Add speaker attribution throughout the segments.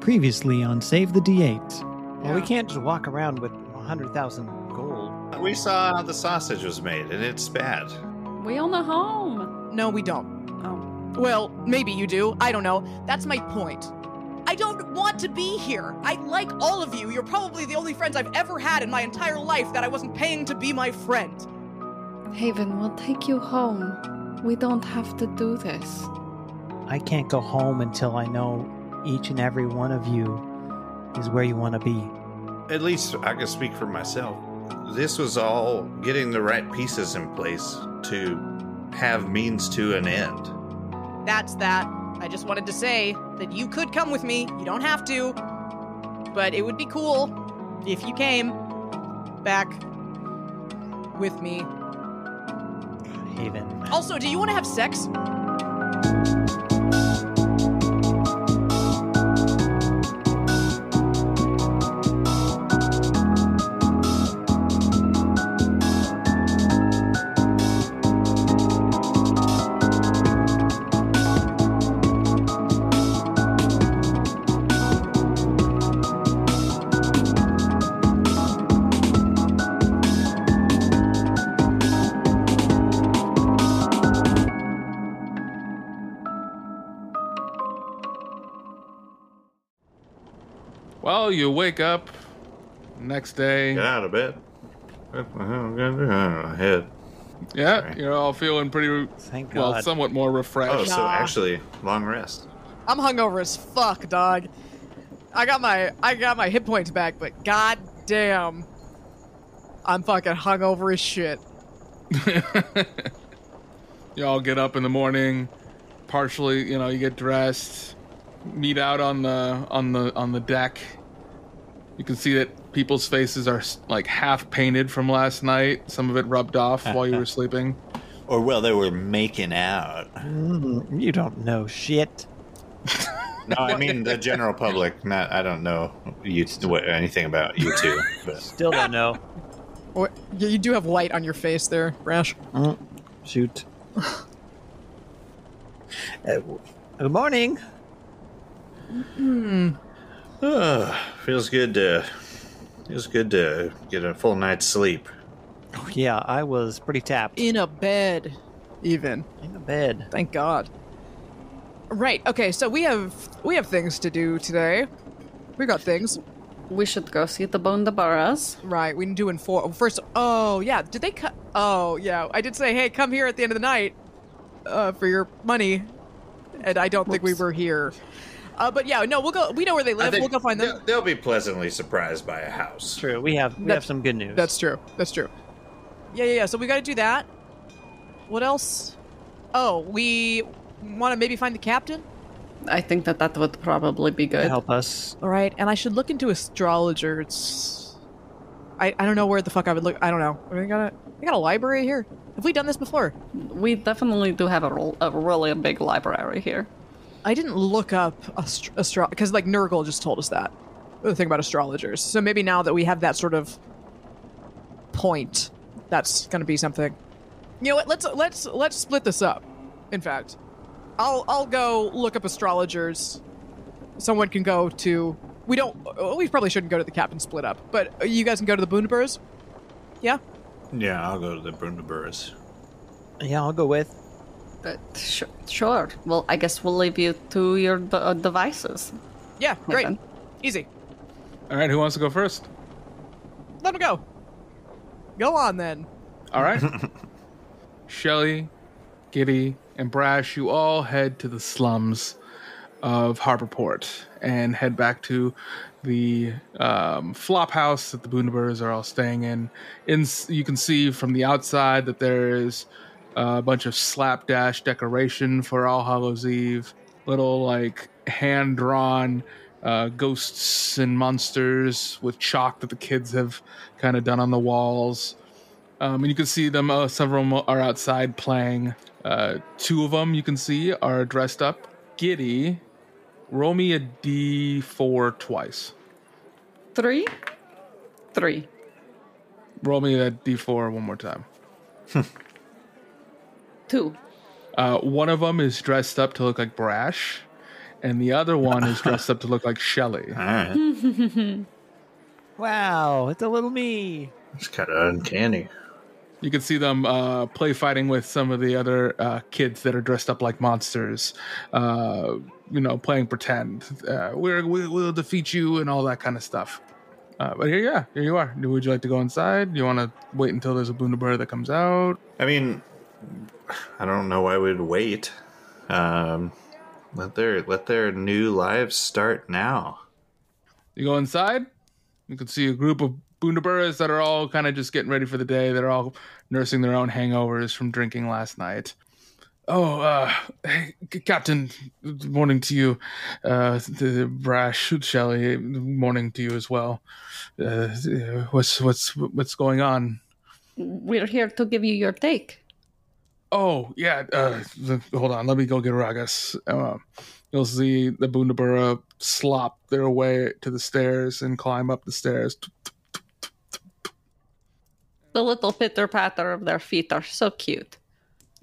Speaker 1: Previously on Save the D8.
Speaker 2: Well, we can't just walk around with 100,000 gold.
Speaker 3: We saw how the sausage was made, and it's bad.
Speaker 4: We on the home.
Speaker 5: No, we don't. Um,
Speaker 4: Oh,
Speaker 5: Well, maybe you do. I don't know. That's my point. I don't want to be here. I like all of you. You're probably the only friends I've ever had in my entire life that I wasn't paying to be my friend.
Speaker 6: Haven, we'll take you home. We don't have to do this.
Speaker 2: I can't go home until I know each and every one of you is where you want to be.
Speaker 3: At least I can speak for myself. This was all getting the right pieces in place to have means to an end.
Speaker 5: That's that. I just wanted to say that you could come with me. You don't have to. But it would be cool if you came back with me.
Speaker 2: Haven.
Speaker 5: Also, do you want to have sex?
Speaker 7: Well, you wake up next day.
Speaker 3: Get
Speaker 7: Yeah,
Speaker 3: out of bed. What the hell am I gonna do? I don't know, head.
Speaker 7: you're all feeling pretty,
Speaker 2: Thank God.
Speaker 7: well, somewhat more
Speaker 3: Oh,
Speaker 7: refreshed.
Speaker 3: so actually, long rest.
Speaker 5: I'm hungover as fuck, dog. I got my I got my hit points back, but god damn. I'm fucking hungover as shit.
Speaker 7: you all get up in the morning, partially, you know, you get dressed, meet out on the on the on the deck. You can see that people's faces are like half painted from last night. Some of it rubbed off while you were sleeping.
Speaker 8: Or, well, they were making out.
Speaker 2: Mm, you don't know shit.
Speaker 3: No, I mean the general public. Not, I don't know you t- what, anything about you two. But
Speaker 2: Still don't know.
Speaker 5: Or, you you do have white on your face there, Rash.
Speaker 2: Mm, shoot. Uh, good morning.
Speaker 3: Ugh, feels good to feels good to get a full night's sleep.
Speaker 2: Yeah, I was pretty tapped
Speaker 5: In a bed, even.
Speaker 2: in the bed.
Speaker 5: Thank God. Right. Okay. So we have we have things to do today. We got things.
Speaker 6: We should go see the Bondabaras.
Speaker 5: Right. We can do in four. First. Oh yeah. Did they cut? Oh yeah. I did say, hey, come here at the end of the night, uh, for your money, and I don't think we were here. Uh, but yeah. No, we'll go. We know where they
Speaker 3: I
Speaker 5: live.
Speaker 3: think
Speaker 5: We'll go find them.
Speaker 3: They'll, they'll be pleasantly surprised by a house.
Speaker 2: True. We have we
Speaker 5: That-
Speaker 2: have some good news.
Speaker 5: That's true. That's true. Yeah, yeah, yeah. So we got to do that. What else? Oh, we want to maybe find the captain.
Speaker 6: I think that that would probably be good.
Speaker 2: help us.
Speaker 5: All right, and I should look into astrologers. I, I don't know where the fuck I would look. I don't know. We got a we got a library here. Have we done this before?
Speaker 6: We definitely do have a, rel- a really big library here.
Speaker 5: I didn't look up astro because like Nurgle just told us that the thing about astrologers. So maybe now that we have that sort of point, that's going to be something. You know what? Let's let's let's split this up. In fact, I'll I'll go look up astrologers. Someone can go to. We don't. uh, We probably shouldn't go to the captain split up, but uh, you guys can go to the Boondaburs. Yeah.
Speaker 3: Yeah, I'll go to the Brundaburris.
Speaker 2: Yeah, I'll go with.
Speaker 6: But sure, sure. Well, I guess we'll leave you to your d- uh, devices.
Speaker 5: Yeah.
Speaker 6: My
Speaker 5: Great.
Speaker 6: friend.
Speaker 5: Easy.
Speaker 7: All right, who wants to go first?
Speaker 5: Let them go. Go on then.
Speaker 7: All right. Shelly, Giddy, and Brash, you all head to the slums of Harborport and head back to the um, flop house that the Boondaburrs are all staying in. in. You can see from the outside that there is a bunch of slapdash decoration for All Hallows Eve, little like hand drawn uh, ghosts and monsters with chalk that the kids have kind of done on the walls. Um, and you can see them. Uh, several mo- are outside playing. Uh, two of them you can see are dressed up. Giddy, roll me a d4 twice.
Speaker 6: Three? Three.
Speaker 7: Roll me that d4 one more time.
Speaker 6: Two.
Speaker 7: Uh, one of them is dressed up to look like Brash, and the other one is dressed up to look like Shelly.
Speaker 3: All right.
Speaker 2: Wow, it's a little me.
Speaker 3: It's kind of uncanny.
Speaker 7: You can see them uh, play fighting with some of the other uh, kids that are dressed up like monsters, uh, you know, playing pretend. Uh, we're, we, we'll defeat you and all that kind of stuff. Uh, but here, yeah, here you are. Would you like to go inside? Do you want to wait until there's a Bundaberg that comes out?
Speaker 3: I mean, I don't know why we'd wait. Um, let their let their new lives start now.
Speaker 7: You go inside. You can see a group of Bundaburras that are all kind of just getting ready for the day. They're all nursing their own hangovers from drinking last night. Oh, uh, hey, C- Captain, good morning to you. Uh, the, the brash Shelley, morning to you as well. Uh, what's what's what's going on?
Speaker 6: We're here to give you your take.
Speaker 7: Oh yeah, uh, th- hold on. Let me go get Ragas. Um, you'll see the Bundabura slop their way to the stairs and climb up the stairs.
Speaker 6: The little pitter patter of their feet are so cute.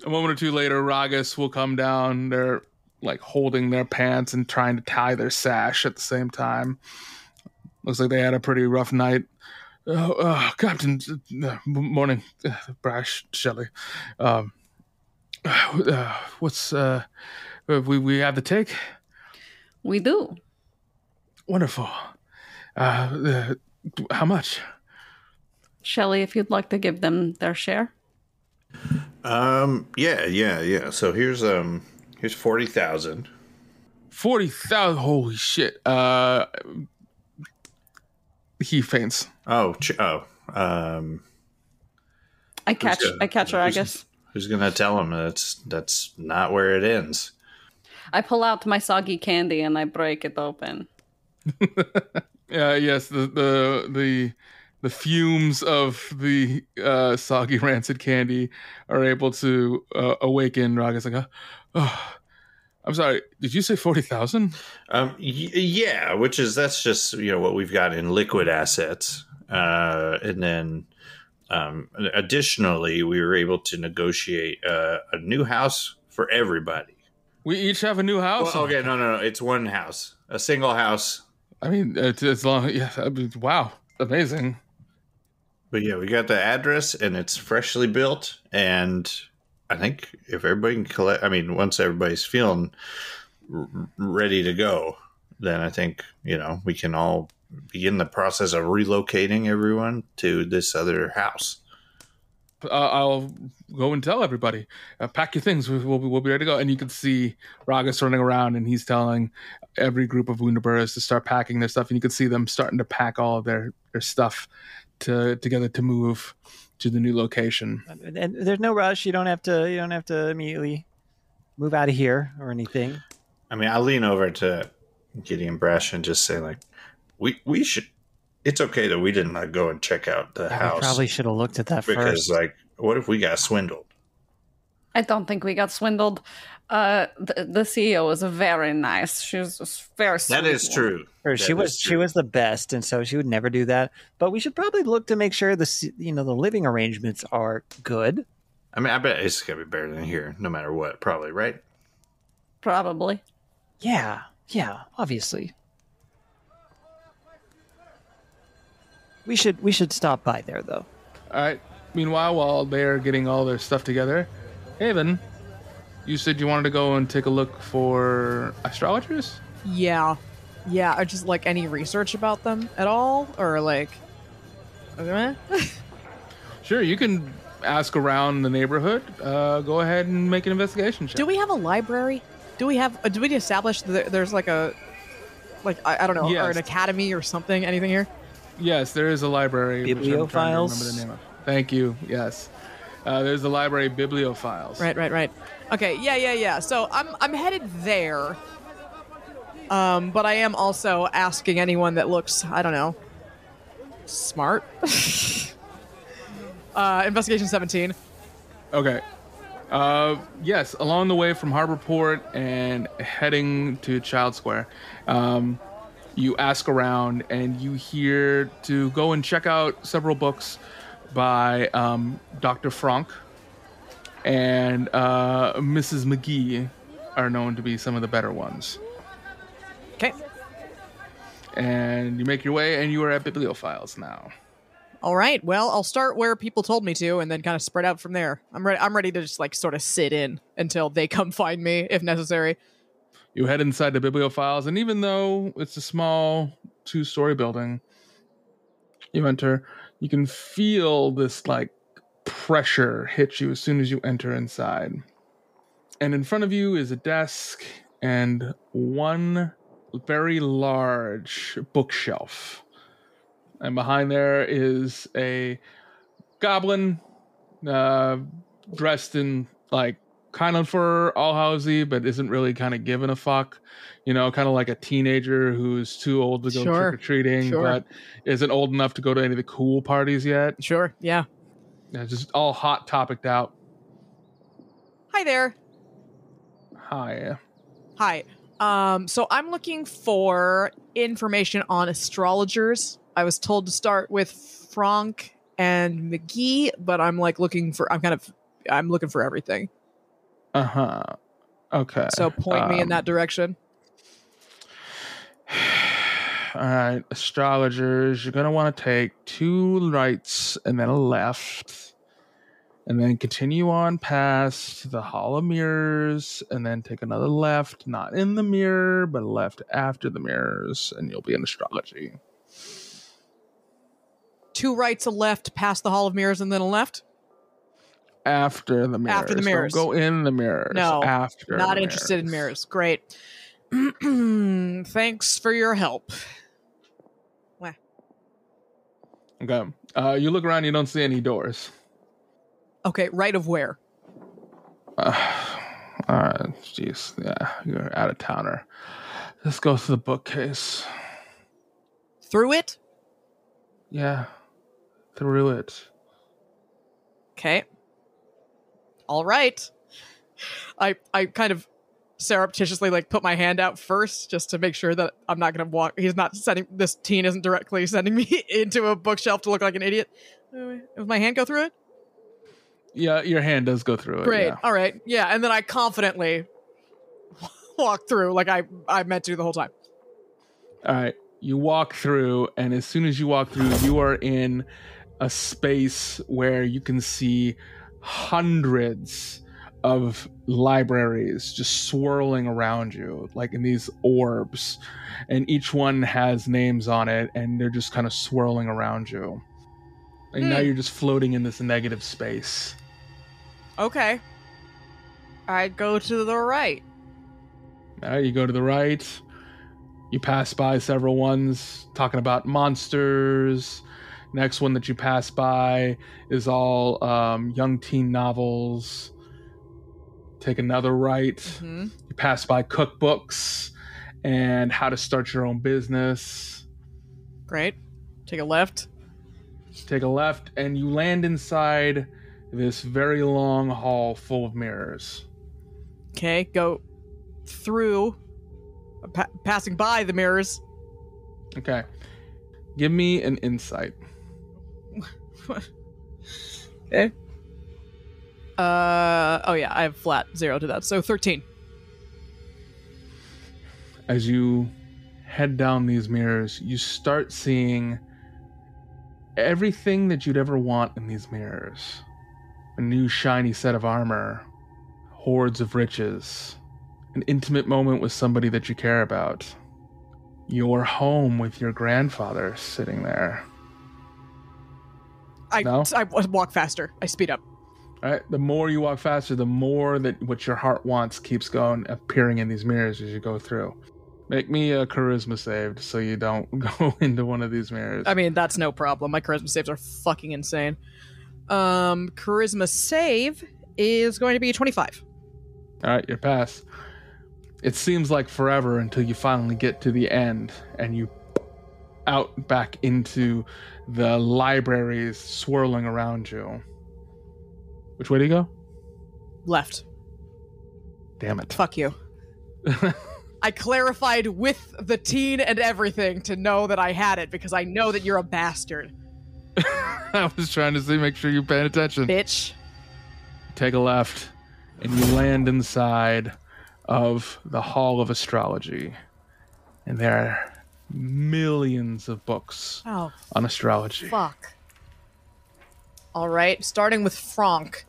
Speaker 7: A moment or two later, Ragas will come down. They're like holding their pants and trying to tie their sash at the same time. Looks like they had a pretty rough night. Oh, uh, Captain, uh, m- morning, uh, Brash Shelley. Um, uh, what's uh, uh, we we have the take?
Speaker 6: We do.
Speaker 7: Wonderful. Uh, uh, d- how much?
Speaker 6: Shelly, if you'd like to give them their share.
Speaker 3: Um. Yeah. Yeah. Yeah. So here's um. Here's forty thousand.
Speaker 7: Forty thousand. Holy shit. Uh, he faints.
Speaker 3: Oh. Ch- oh. Um.
Speaker 6: I catch
Speaker 3: good.
Speaker 6: I catch her, I guess.
Speaker 3: Who's gonna tell him that's that's not where it ends?
Speaker 6: I pull out my soggy candy and I break it open.
Speaker 7: Uh, yes, the the the the fumes of the uh, soggy rancid candy are able to uh, awaken Ragas. Like, "Oh, oh, I'm sorry. Did you say forty thousand?
Speaker 3: Um. Y- yeah. Which is that's just you know what we've got in liquid assets. Uh. And then, um. Additionally, we were able to negotiate uh, a new house for everybody.
Speaker 7: We each have a new house.
Speaker 3: Well, okay. No. No. No. It's one house. A single house.
Speaker 7: I mean, it's, it's long. Yeah. I mean, wow. Amazing.
Speaker 3: But yeah, we got the address and it's freshly built. And I think if everybody can collect, I mean, once everybody's feeling r- ready to go, then I think, you know, we can all begin the process of relocating everyone to this other house.
Speaker 7: uh, I'll go and tell everybody. Uh, pack your things. We- We'll, be we'll be ready to go. And you can see Ragas running around, and he's telling every group of Wunderburras to start packing their stuff. And you can see them starting to pack all of their their stuff to together to move to the new location.
Speaker 2: And- And there's no rush. You don't have to. You don't have to immediately move out of here or anything.
Speaker 3: I mean, I lean over to Gideon Brash and just say, like, we, we should, it's okay that we didn't like, go and check out the
Speaker 2: Yeah, we
Speaker 3: house.
Speaker 2: probably should have looked at that
Speaker 3: because,
Speaker 2: first.
Speaker 3: like, what if we got swindled?
Speaker 6: I don't think we got swindled. Uh, the, the CEO was very nice. She was a very sweet.
Speaker 3: That is
Speaker 6: woman.
Speaker 3: true.
Speaker 2: Or she
Speaker 3: That
Speaker 2: was
Speaker 3: is
Speaker 2: she
Speaker 3: true.
Speaker 2: was the best, and so she would never do that. But we should probably look to make sure the s- you know the living arrangements are good.
Speaker 3: I mean, I bet it's gonna be better than here, no matter what. Probably, right?
Speaker 6: Probably.
Speaker 2: Yeah, yeah, obviously. We should we should stop by there though.
Speaker 7: All right. Meanwhile, while they're getting all their stuff together, Haven, you said you wanted to go and take a look for astrologers.
Speaker 5: Yeah. Yeah, I just like any research about them at all or like eh?
Speaker 7: Sure, you can ask around the neighborhood. Uh, go ahead and make an investigation check.
Speaker 5: Do we have a library? Do we have uh, do we establish that there- there's like a like I, I don't know, or
Speaker 7: Yes.
Speaker 5: an academy or something, anything here?
Speaker 7: Yes, there is a library. which I'm trying to
Speaker 2: Bibliophiles?
Speaker 7: remember the name of. Thank you. Yes, uh, there's the library bibliophiles.
Speaker 5: Right, right, right. Okay, yeah, yeah, yeah. So I'm I'm headed there. Um, but I am also asking anyone that looks, I don't know, smart. uh, investigation 17.
Speaker 7: Okay. Uh, yes, along the way from Harborport and heading to Child Square, um, you ask around and you hear to go and check out several books by um, Dr. Frank and uh, Mrs. McGee are known to be some of the better ones. And you make your way, and you are at Bibliophiles now.
Speaker 5: All right. Well, I'll start where people told me to, and then kind of spread out from there. I'm ready. I'm ready to just like sort of sit in until they come find me, if necessary.
Speaker 7: You head inside the bibliophiles, and even though it's a small two story building, you enter, you can feel this like pressure hit you as soon as you enter inside. And in front of you is a desk and one very large bookshelf. And behind there is a goblin uh, dressed in like kind of for Allhousey, but isn't really kind of giving a fuck. You know, kind of like a teenager who's too old to go
Speaker 5: Sure.
Speaker 7: trick or treating,
Speaker 5: Sure.
Speaker 7: but isn't old enough to go to any of the cool parties yet.
Speaker 5: Sure. Yeah.
Speaker 7: Yeah, just all hot topicked out.
Speaker 5: Hi there.
Speaker 7: Hi.
Speaker 5: Hi. Um, so I'm looking for information on astrologers. I was told to start with Franck and McGee, but I'm like looking for. I'm kind of. I'm looking for everything.
Speaker 7: Uh huh. Okay.
Speaker 5: So point me in
Speaker 7: um,
Speaker 5: that direction.
Speaker 7: All right, astrologers, you're gonna want to take two rights and then a left, and then continue on past the Hall of Mirrors, and then take another left, not in the mirror, but a left after the mirrors, and you'll be in astrology.
Speaker 5: Two rights, a left, past the Hall of Mirrors, and then a left.
Speaker 7: After the mirrors.
Speaker 5: After the
Speaker 7: Don't
Speaker 5: mirrors.
Speaker 7: go in the mirrors.
Speaker 5: No,
Speaker 7: after.
Speaker 5: Not
Speaker 7: the
Speaker 5: interested in mirrors.
Speaker 7: mirrors.
Speaker 5: Great. Thanks for your help.
Speaker 7: Okay. Uh, you look around, you don't see any doors.
Speaker 5: Okay, right of where?
Speaker 7: Uh, all right, jeez, yeah, you're out of towner. Let's go to the bookcase.
Speaker 5: Through it?
Speaker 7: Yeah, through it.
Speaker 5: Okay. All right. I I kind of surreptitiously like put my hand out first just to make sure that I'm not gonna walk. He's not sending this teen isn't directly sending me into a bookshelf to look like an idiot. Uh, Does my hand go through it?
Speaker 7: Yeah, your hand does go through it.
Speaker 5: Great.
Speaker 7: yeah.
Speaker 5: All right. Yeah. And then I confidently walk through like I I meant to the whole time.
Speaker 7: All right, Uh, you walk through, and as soon as you walk through, you are in a space where you can see hundreds of libraries just swirling around you, like in these orbs, and each one has names on it, and they're just kind of swirling around you. And now
Speaker 5: Hmm.
Speaker 7: you're just floating in this negative space.
Speaker 5: Okay. I go to the right.
Speaker 7: All right, Uh, you go to the right. You pass by several ones talking about monsters. Next one that you pass by is all um, young teen novels. Take another right.
Speaker 5: Mhm.
Speaker 7: You pass by cookbooks and how to start your own business.
Speaker 5: Great. Take a left.
Speaker 7: Take a left, and you land inside this very long hall full of mirrors.
Speaker 5: Okay. Go through, uh, pa- passing by the mirrors.
Speaker 7: Okay. Give me an insight.
Speaker 5: Uh oh yeah, I have flat zero to that. So thirteen.
Speaker 7: as you head down these mirrors, you start seeing everything that you'd ever want in these mirrors a new shiny set of armor, hordes of riches, an intimate moment with somebody that you care about, your home with your grandfather sitting there.
Speaker 5: I
Speaker 7: No?
Speaker 5: I w- walk faster. I speed up.
Speaker 7: All right, the more you walk faster, the more that what your heart wants keeps going appearing in these mirrors as you go through. Make me a charisma saved so you don't go into one of these mirrors.
Speaker 5: I mean that's no problem. My charisma saves are fucking insane. Um, charisma save is going to be twenty five.
Speaker 7: All right, your pass. It seems like forever until you finally get to the end and you out back into the libraries swirling around you. Which way do you go?
Speaker 5: Left.
Speaker 7: Damn it.
Speaker 5: Fuck you. I clarified with the teen and everything to know that I had it because I know that you're a bastard,
Speaker 7: I was trying to see, make sure you're paying attention.
Speaker 5: bitch.
Speaker 7: take a left, and you land inside of the Hall of Astrology. And there millions of books
Speaker 5: Oh,
Speaker 7: on astrology.
Speaker 5: fuck. All right, starting with Franck,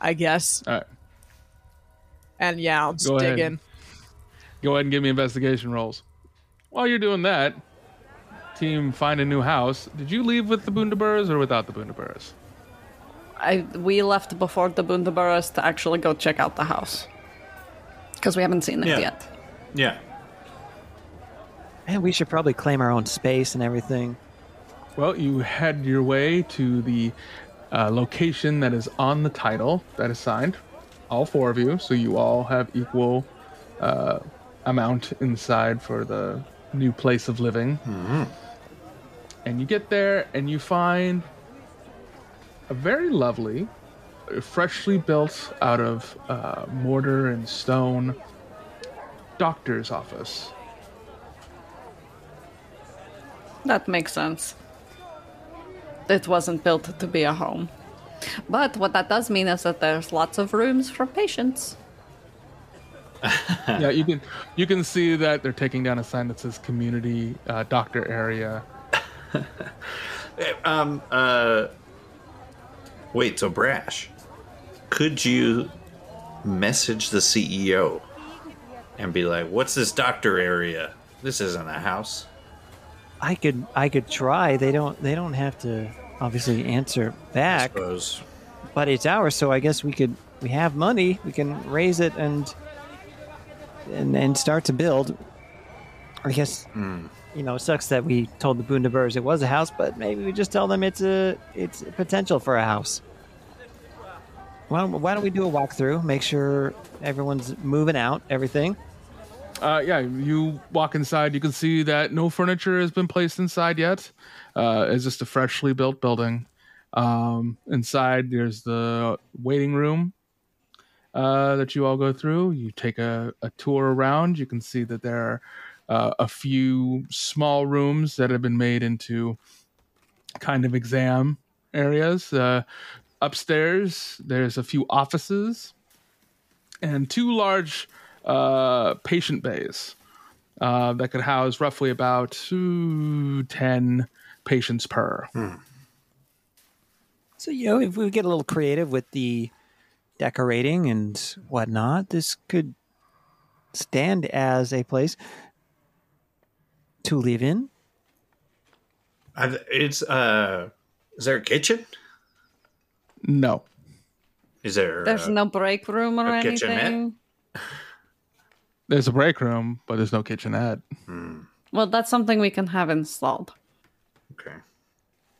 Speaker 5: I guess.
Speaker 7: All right,
Speaker 5: And yeah, I'll just
Speaker 7: Go
Speaker 5: dig
Speaker 7: ahead.
Speaker 5: in.
Speaker 7: go ahead and give me investigation rolls. While you're doing that, team find a new house. Did you leave with the Bundaburrs or without the Bundaburrs?
Speaker 6: I we left before the Bundaburras to actually go check out the house because we haven't seen it
Speaker 3: Yeah.
Speaker 6: yet.
Speaker 3: Yeah.
Speaker 2: And we should probably claim our own space and everything.
Speaker 7: Well, you head your way to the uh, location that is on the title that is signed, all four of you, so you all have equal uh, amount inside for the new place of living. And you get there and you find a very lovely, freshly built out of uh, mortar and stone doctor's office.
Speaker 6: That makes sense. It wasn't built to be a home, but what that does mean is that there's lots of rooms for patients.
Speaker 7: yeah, you can you can see that they're taking down a sign that says community uh, doctor area.
Speaker 3: Um. Uh. Wait. So Brash, could you message the CEO and be like, "What's this doctor area? This isn't a house."
Speaker 2: I could I could try. They don't they don't have to obviously answer
Speaker 3: I
Speaker 2: back,
Speaker 3: suppose.
Speaker 2: but it's ours, so I guess we could we have money. We can raise it and and and start to build. I guess you know it sucks that we told the Bundabergs it was a house, but maybe we just tell them it's a it's a potential for a house. Why don't, why don't we do a walkthrough? Make sure everyone's moving out, everything.
Speaker 7: Uh, yeah, you walk inside. You can see that no furniture has been placed inside yet. Uh, it's just a freshly built building. Um, inside, there's the waiting room uh, that you all go through. You take a, a tour around. You can see that there are uh, a few small rooms that have been made into kind of exam areas. Uh, upstairs, there's a few offices and two large uh, patient bays uh, that could house roughly about ooh, 10 patients per.
Speaker 2: Hmm. So you know, if we get a little creative with the decorating and whatnot, this could stand as a place to live in.
Speaker 3: I, it's uh. Is there a kitchen?
Speaker 7: No.
Speaker 3: Is there?
Speaker 6: There's
Speaker 3: uh,
Speaker 6: no break room or
Speaker 3: a
Speaker 6: anything.
Speaker 3: kitchenette?
Speaker 7: There's a break room, but there's no kitchenette.
Speaker 6: Well, that's something we can have installed.
Speaker 3: Okay.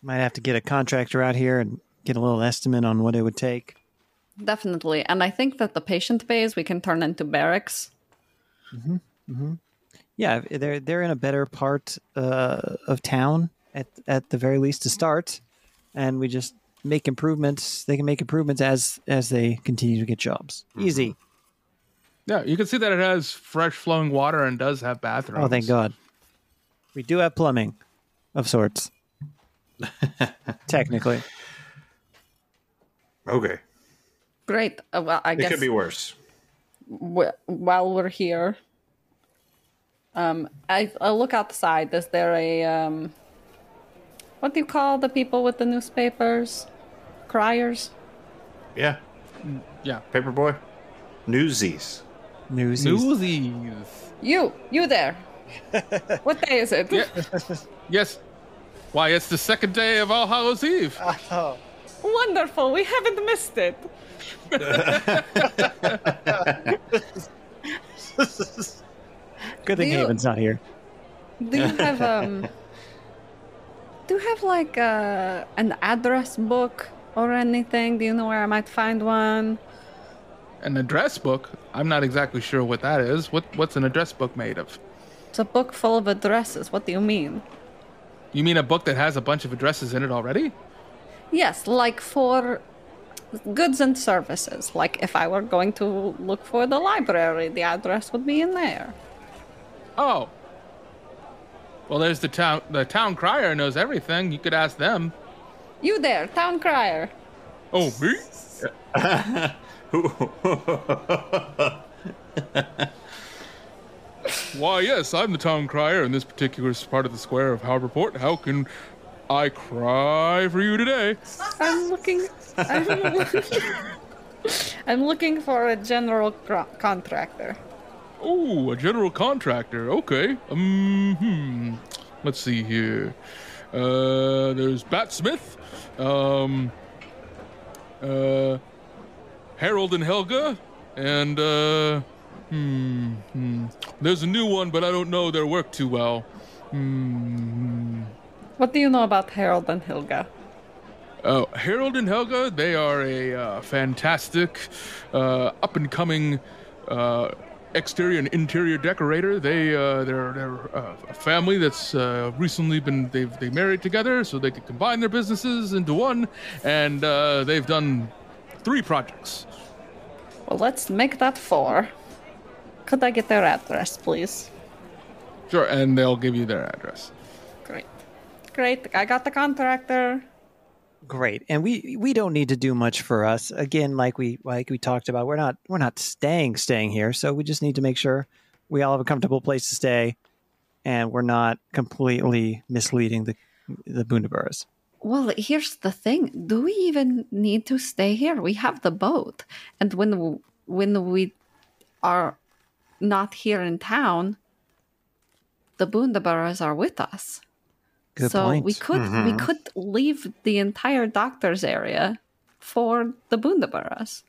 Speaker 2: Might have to get a contractor out here and get a little estimate on what it would take.
Speaker 6: Definitely. And I think that the patient bays we can turn into barracks.
Speaker 2: Yeah, if they're they're in a better part uh, of town at at the very least to start, and we just make improvements. They can make improvements as as they continue to get jobs. Easy.
Speaker 7: Yeah, you can see that it has fresh flowing water and does have bathrooms.
Speaker 2: Oh, thank God. We do have plumbing of sorts. Technically.
Speaker 3: Okay.
Speaker 6: Great. Uh, well, I
Speaker 3: It
Speaker 6: guess
Speaker 3: could be worse.
Speaker 6: w- while we're here, um, I, I look outside. Is there a um, what do you call the people with the newspapers? Criers.
Speaker 3: Yeah.
Speaker 7: Yeah.
Speaker 3: Paperboy. Newsies.
Speaker 2: News.
Speaker 7: Newsies.
Speaker 6: You, you there? what day is it?
Speaker 7: Yeah. yes. Why, it's the second day of All Hallows Eve.
Speaker 2: Ah.
Speaker 6: Wonderful. We haven't missed it.
Speaker 2: Good thing
Speaker 6: Do you-
Speaker 2: Haven's not here.
Speaker 6: Do you have um? do you have like uh, an address book or anything? Do you know where I might find one?
Speaker 7: An address book? I'm not exactly sure what that is. What What's an address book made of?
Speaker 6: It's a book full of addresses. What do you mean?
Speaker 7: You mean a book that has a bunch of addresses in it already?
Speaker 6: Yes, like for goods and services. Like if I were going to look for the library, the address would be in there.
Speaker 7: Oh. Well, there's the town. The town crier knows everything. You could ask them.
Speaker 6: You there, town crier.
Speaker 7: Oh, me? Why, yes, I'm the town crier in this particular part of the square of Harborport. How can I cry for you today?
Speaker 6: I'm looking. I'm, I'm looking for a general cro- contractor.
Speaker 7: Oh, a general contractor. Okay. Um, hmm. Let's see here. Uh, there's Batsmith, um, uh, Harold and Helga, and uh, hmm, hmm. There's a new one, but I don't know their work too well. Hmm.
Speaker 6: What do you know about Harold and Helga?
Speaker 7: Oh, Harold and Helga, they are a uh, fantastic uh, up and coming uh, exterior and interior decorator. They, uh, they're, they're uh, a family that's uh, recently been, they've they married together so they could combine their businesses into one, and uh, they've done three projects.
Speaker 6: Well, let's make that four. Could I get their address, please?
Speaker 7: Sure, and they'll give you their address.
Speaker 6: Great. Great. I got the contractor.
Speaker 2: Great. And we we don't need to do much for us. Again, like we like we talked about, we're not we're not staying staying here, so we just need to make sure we all have a comfortable place to stay and we're not completely misleading the the Bundaburgs.
Speaker 6: Well, here's the thing. Do we even need to stay here? We have the boat. And when w- when we are not here in town, the Bundaburgers are with us.
Speaker 2: Good
Speaker 6: so
Speaker 2: point.
Speaker 6: we could we could leave the entire doctor's area for the Bundaburras.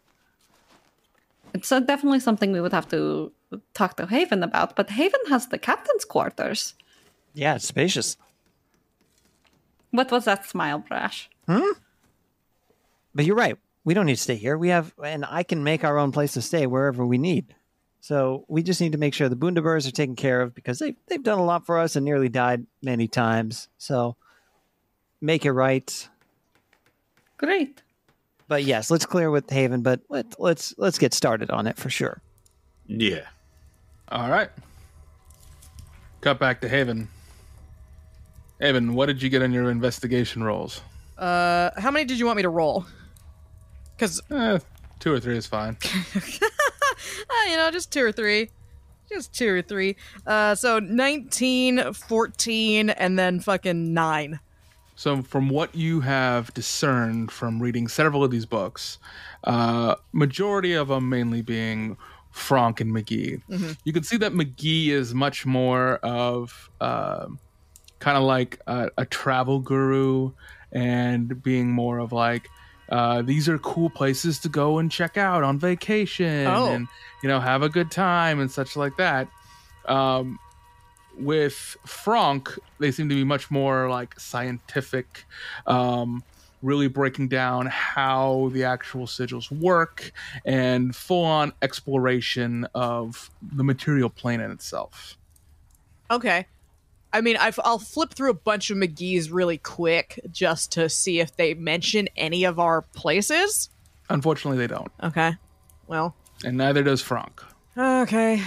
Speaker 6: It's uh, definitely something we would have to talk to Haven about, but Haven has the captain's quarters.
Speaker 2: yeah, it's spacious.
Speaker 6: What was that smile, Brash?
Speaker 2: But you're right. We don't need to stay here. We have, and I can make our own place to stay wherever we need. So we just need to make sure the Bundaburgs are taken care of because they they've done a lot for us and nearly died many times. So make it right.
Speaker 6: Great.
Speaker 2: But yes, let's clear with Haven. But let, let's let's get started on it for sure.
Speaker 3: Yeah.
Speaker 7: All right. Cut back to Haven. Haven, what did you get on your investigation rolls?
Speaker 5: Uh, how many did you want me to roll? uh, Because
Speaker 7: Eh, two or three is fine.
Speaker 5: Uh, you know, just two or three. Just two or three. Uh, so 19, 14, and then fucking nine.
Speaker 7: So, from what you have discerned from reading several of these books, uh, majority of them mainly being Franck and McGee, you can see that McGee is much more of um kind of like a, a travel guru and being more of like, uh, these are cool places to go and check out on vacation
Speaker 5: Oh.
Speaker 7: and, you know, have a good time and such like that. Um, with Franck, they seem to be much more like scientific, um, really breaking down how the actual sigils work and full on exploration of the material plane in itself.
Speaker 5: Okay. I mean, i will flip through a bunch of McGee's really quick just to see if they mention any of our places.
Speaker 7: Unfortunately, they don't,
Speaker 5: Okay. Well,
Speaker 7: and neither does Franck.
Speaker 5: okay.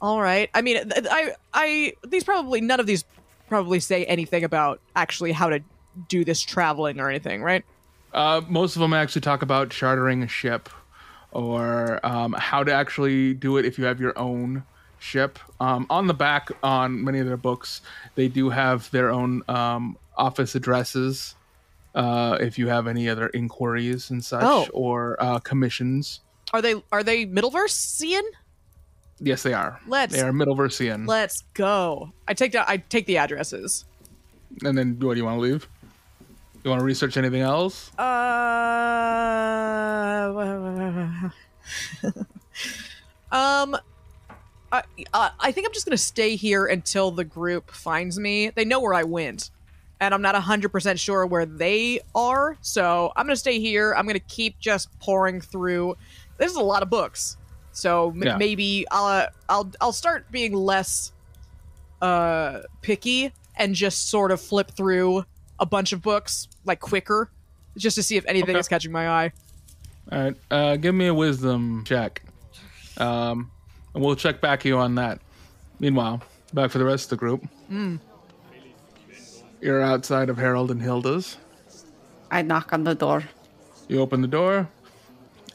Speaker 5: All right. I mean, th- I, I, these probably, none of these probably say anything about actually how to do this traveling or anything, right?
Speaker 7: Uh, most of them actually talk about chartering a ship or um, how to actually do it if you have your own ship. Um, on the back, on many of their books, they do have their own um, office addresses uh, if you have any other inquiries and such
Speaker 5: Oh.
Speaker 7: or uh, commissions.
Speaker 5: Are they, are they Middleversean?
Speaker 7: Yes, they are.
Speaker 5: Let's-
Speaker 7: they are Middleversian.
Speaker 5: Let's go. I take the, I take the addresses.
Speaker 7: and then, what do you want to leave? You want to research anything else?
Speaker 5: Uh, um, I, uh, I think I'm just gonna stay here until the group finds me. They know where I went, and I'm not hundred percent sure where they are, so I'm gonna stay here. I'm gonna keep just pouring through. This is a lot of books, so m-
Speaker 7: Yeah.
Speaker 5: maybe I'll I'll I'll start being less uh picky and just sort of flip through a bunch of books like quicker just to see if anything
Speaker 7: Okay.
Speaker 5: is catching my eye.
Speaker 7: All right, uh, give me a wisdom check, um, and we'll check back you on that. Meanwhile, back for the rest of the group.
Speaker 5: Hmm.
Speaker 7: You're outside of Harold and Hilda's.
Speaker 6: I knock on the door.
Speaker 7: You open the door,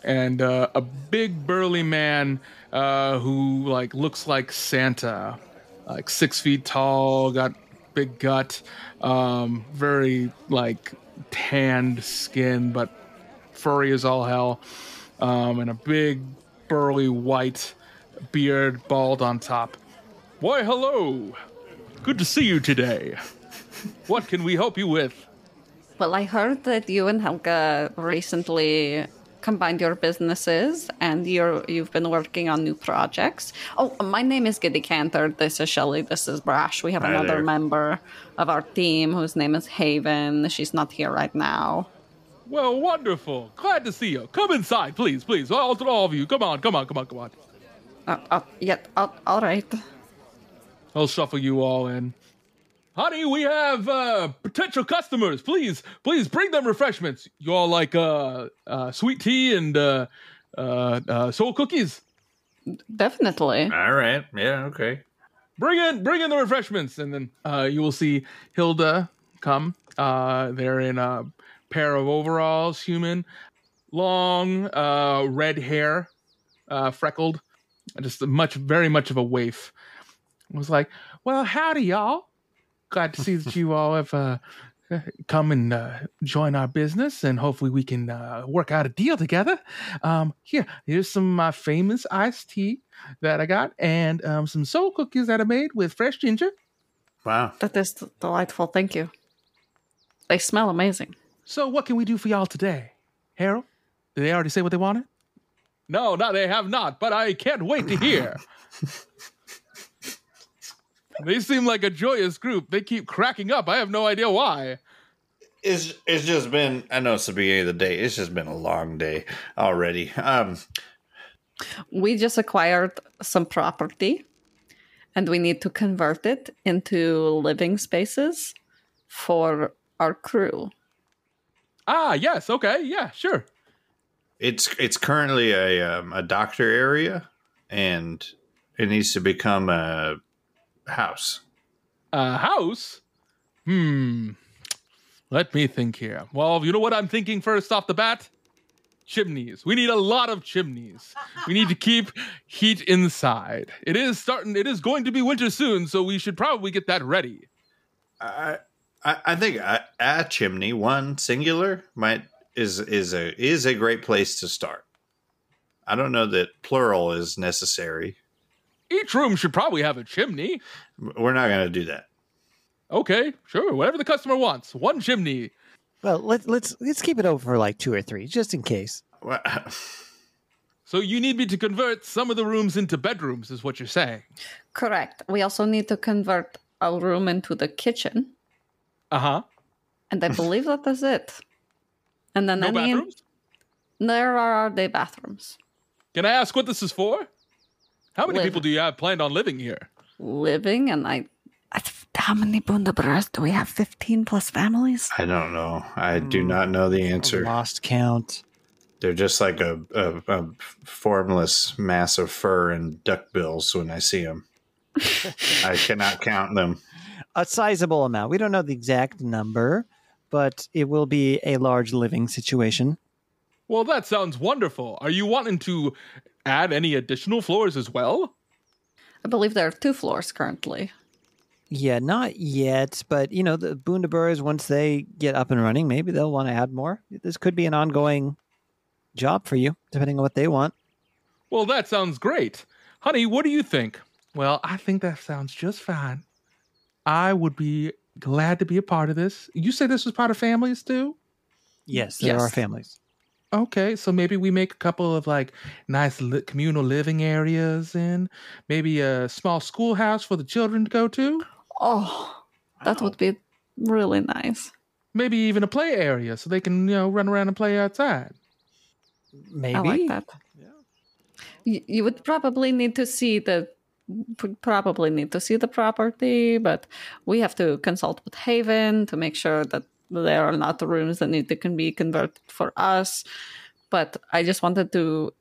Speaker 7: and uh, a big burly man uh, who like looks like Santa, like six feet tall, got big gut, um, very like tanned skin, but furry as all hell, um, and a big burly white beard, bald on top. Why, hello! Good to see you today. What can we help you with?
Speaker 6: Well, I heard that you and Helga recently combined your businesses and you're, you've been working on new projects. Oh, my name is Giddy Cantor. This is Shelley. This is Brash. We have
Speaker 3: Hi
Speaker 6: another
Speaker 3: there.
Speaker 6: member of our team whose name is Haven. She's not here right now.
Speaker 7: Well, wonderful. Glad to see you. Come inside, please, please. All, all of you. Come on, come on, come on, come on.
Speaker 6: Uh, uh, yet, uh, all right.
Speaker 7: I'll shuffle you all in. Honey, we have uh, potential customers. Please, please bring them refreshments. You all like uh, uh, sweet tea and uh, uh, uh, soul cookies.
Speaker 6: Definitely.
Speaker 3: All right. Yeah. Okay.
Speaker 7: Bring in, bring in the refreshments, and then uh, you will see Hilda come. Uh, they're in a pair of overalls, human, long uh, red hair, uh, freckled, just much, very much of a waif. Was like, well, howdy, y'all. Glad to see that you all have uh, come and uh, join our business, and hopefully we can uh, work out a deal together. Um, here, here's some of my famous iced tea that I got, and um, some soul cookies that I made with fresh ginger.
Speaker 3: Wow.
Speaker 6: That is d- delightful. Thank you. They smell amazing.
Speaker 7: So, what can we do for y'all today, Harold? Did they already say what they wanted? No, no, they have not. But I can't wait to hear. they seem like a joyous group. They keep cracking up. I have no idea why.
Speaker 3: It's it's just been. I know it's the beginning of the day. It's just been a long day already. Um.
Speaker 6: We just acquired some property and we need to convert it into living spaces for our crew.
Speaker 7: Ah, yes, okay, yeah, sure.
Speaker 3: It's it's currently a um, a doctor area, and it needs to become a house.
Speaker 7: A house? Hmm. Let me think here. Well, you know what I'm thinking first off the bat? Chimneys. We need a lot of chimneys. We need to keep heat inside. It is starting it is going to be winter soon, so we should probably get that ready.
Speaker 3: I I, I think a, a chimney, one singular, might is is a is a great place to start. I don't know that plural is necessary.
Speaker 7: Each room should probably have a chimney.
Speaker 3: We're not going to do that.
Speaker 7: Okay, sure, whatever the customer wants. One chimney.
Speaker 2: Well, let's let's let's keep it over for like two or three, just in case.
Speaker 3: Well,
Speaker 7: So you need me to convert some of the rooms into bedrooms is what you're saying.
Speaker 6: Correct. We also need to convert a room into the kitchen.
Speaker 7: Uh-huh.
Speaker 6: And I believe that is it. And then
Speaker 7: No
Speaker 6: any,
Speaker 7: bathrooms?
Speaker 6: there are our day bathrooms.
Speaker 7: Can I ask what this is for? How many
Speaker 6: Live.
Speaker 7: people do you have planned on living here?
Speaker 6: Living and I. I th- How many Bundabergs do we have? 15 plus families?
Speaker 3: I don't know. I do not know the answer.
Speaker 2: Lost count.
Speaker 3: They're just like a, a, a formless mass of fur and duck bills when I see them. I cannot count them.
Speaker 2: A sizable amount. We don't know the exact number, but it will be a large living situation.
Speaker 7: Well, that sounds wonderful. Are you wanting to add any additional floors as well?
Speaker 6: I believe there are two floors currently.
Speaker 2: Yeah, not yet, but you know the Bundaburgs once they get up and running, maybe they'll want to add more. This could be an ongoing job for you, depending on what they want.
Speaker 7: Well, that sounds great. Honey, what do you think? Well, I think that sounds just fine. I would be glad to be a part of this. You say this was part of families too?
Speaker 2: Yes, there
Speaker 6: Yes.
Speaker 2: are families.
Speaker 7: Okay, so maybe we make a couple of like nice li- communal living areas and maybe a small schoolhouse for the children to go to.
Speaker 6: Oh, that would be really nice.
Speaker 7: Maybe even a play area so they can, you know, run around and play outside.
Speaker 2: Maybe
Speaker 6: I like that. You, you would probably need to see the would probably need to see the property, but we have to consult with Haven to make sure that there are not rooms that need to can be converted for us. But I just wanted to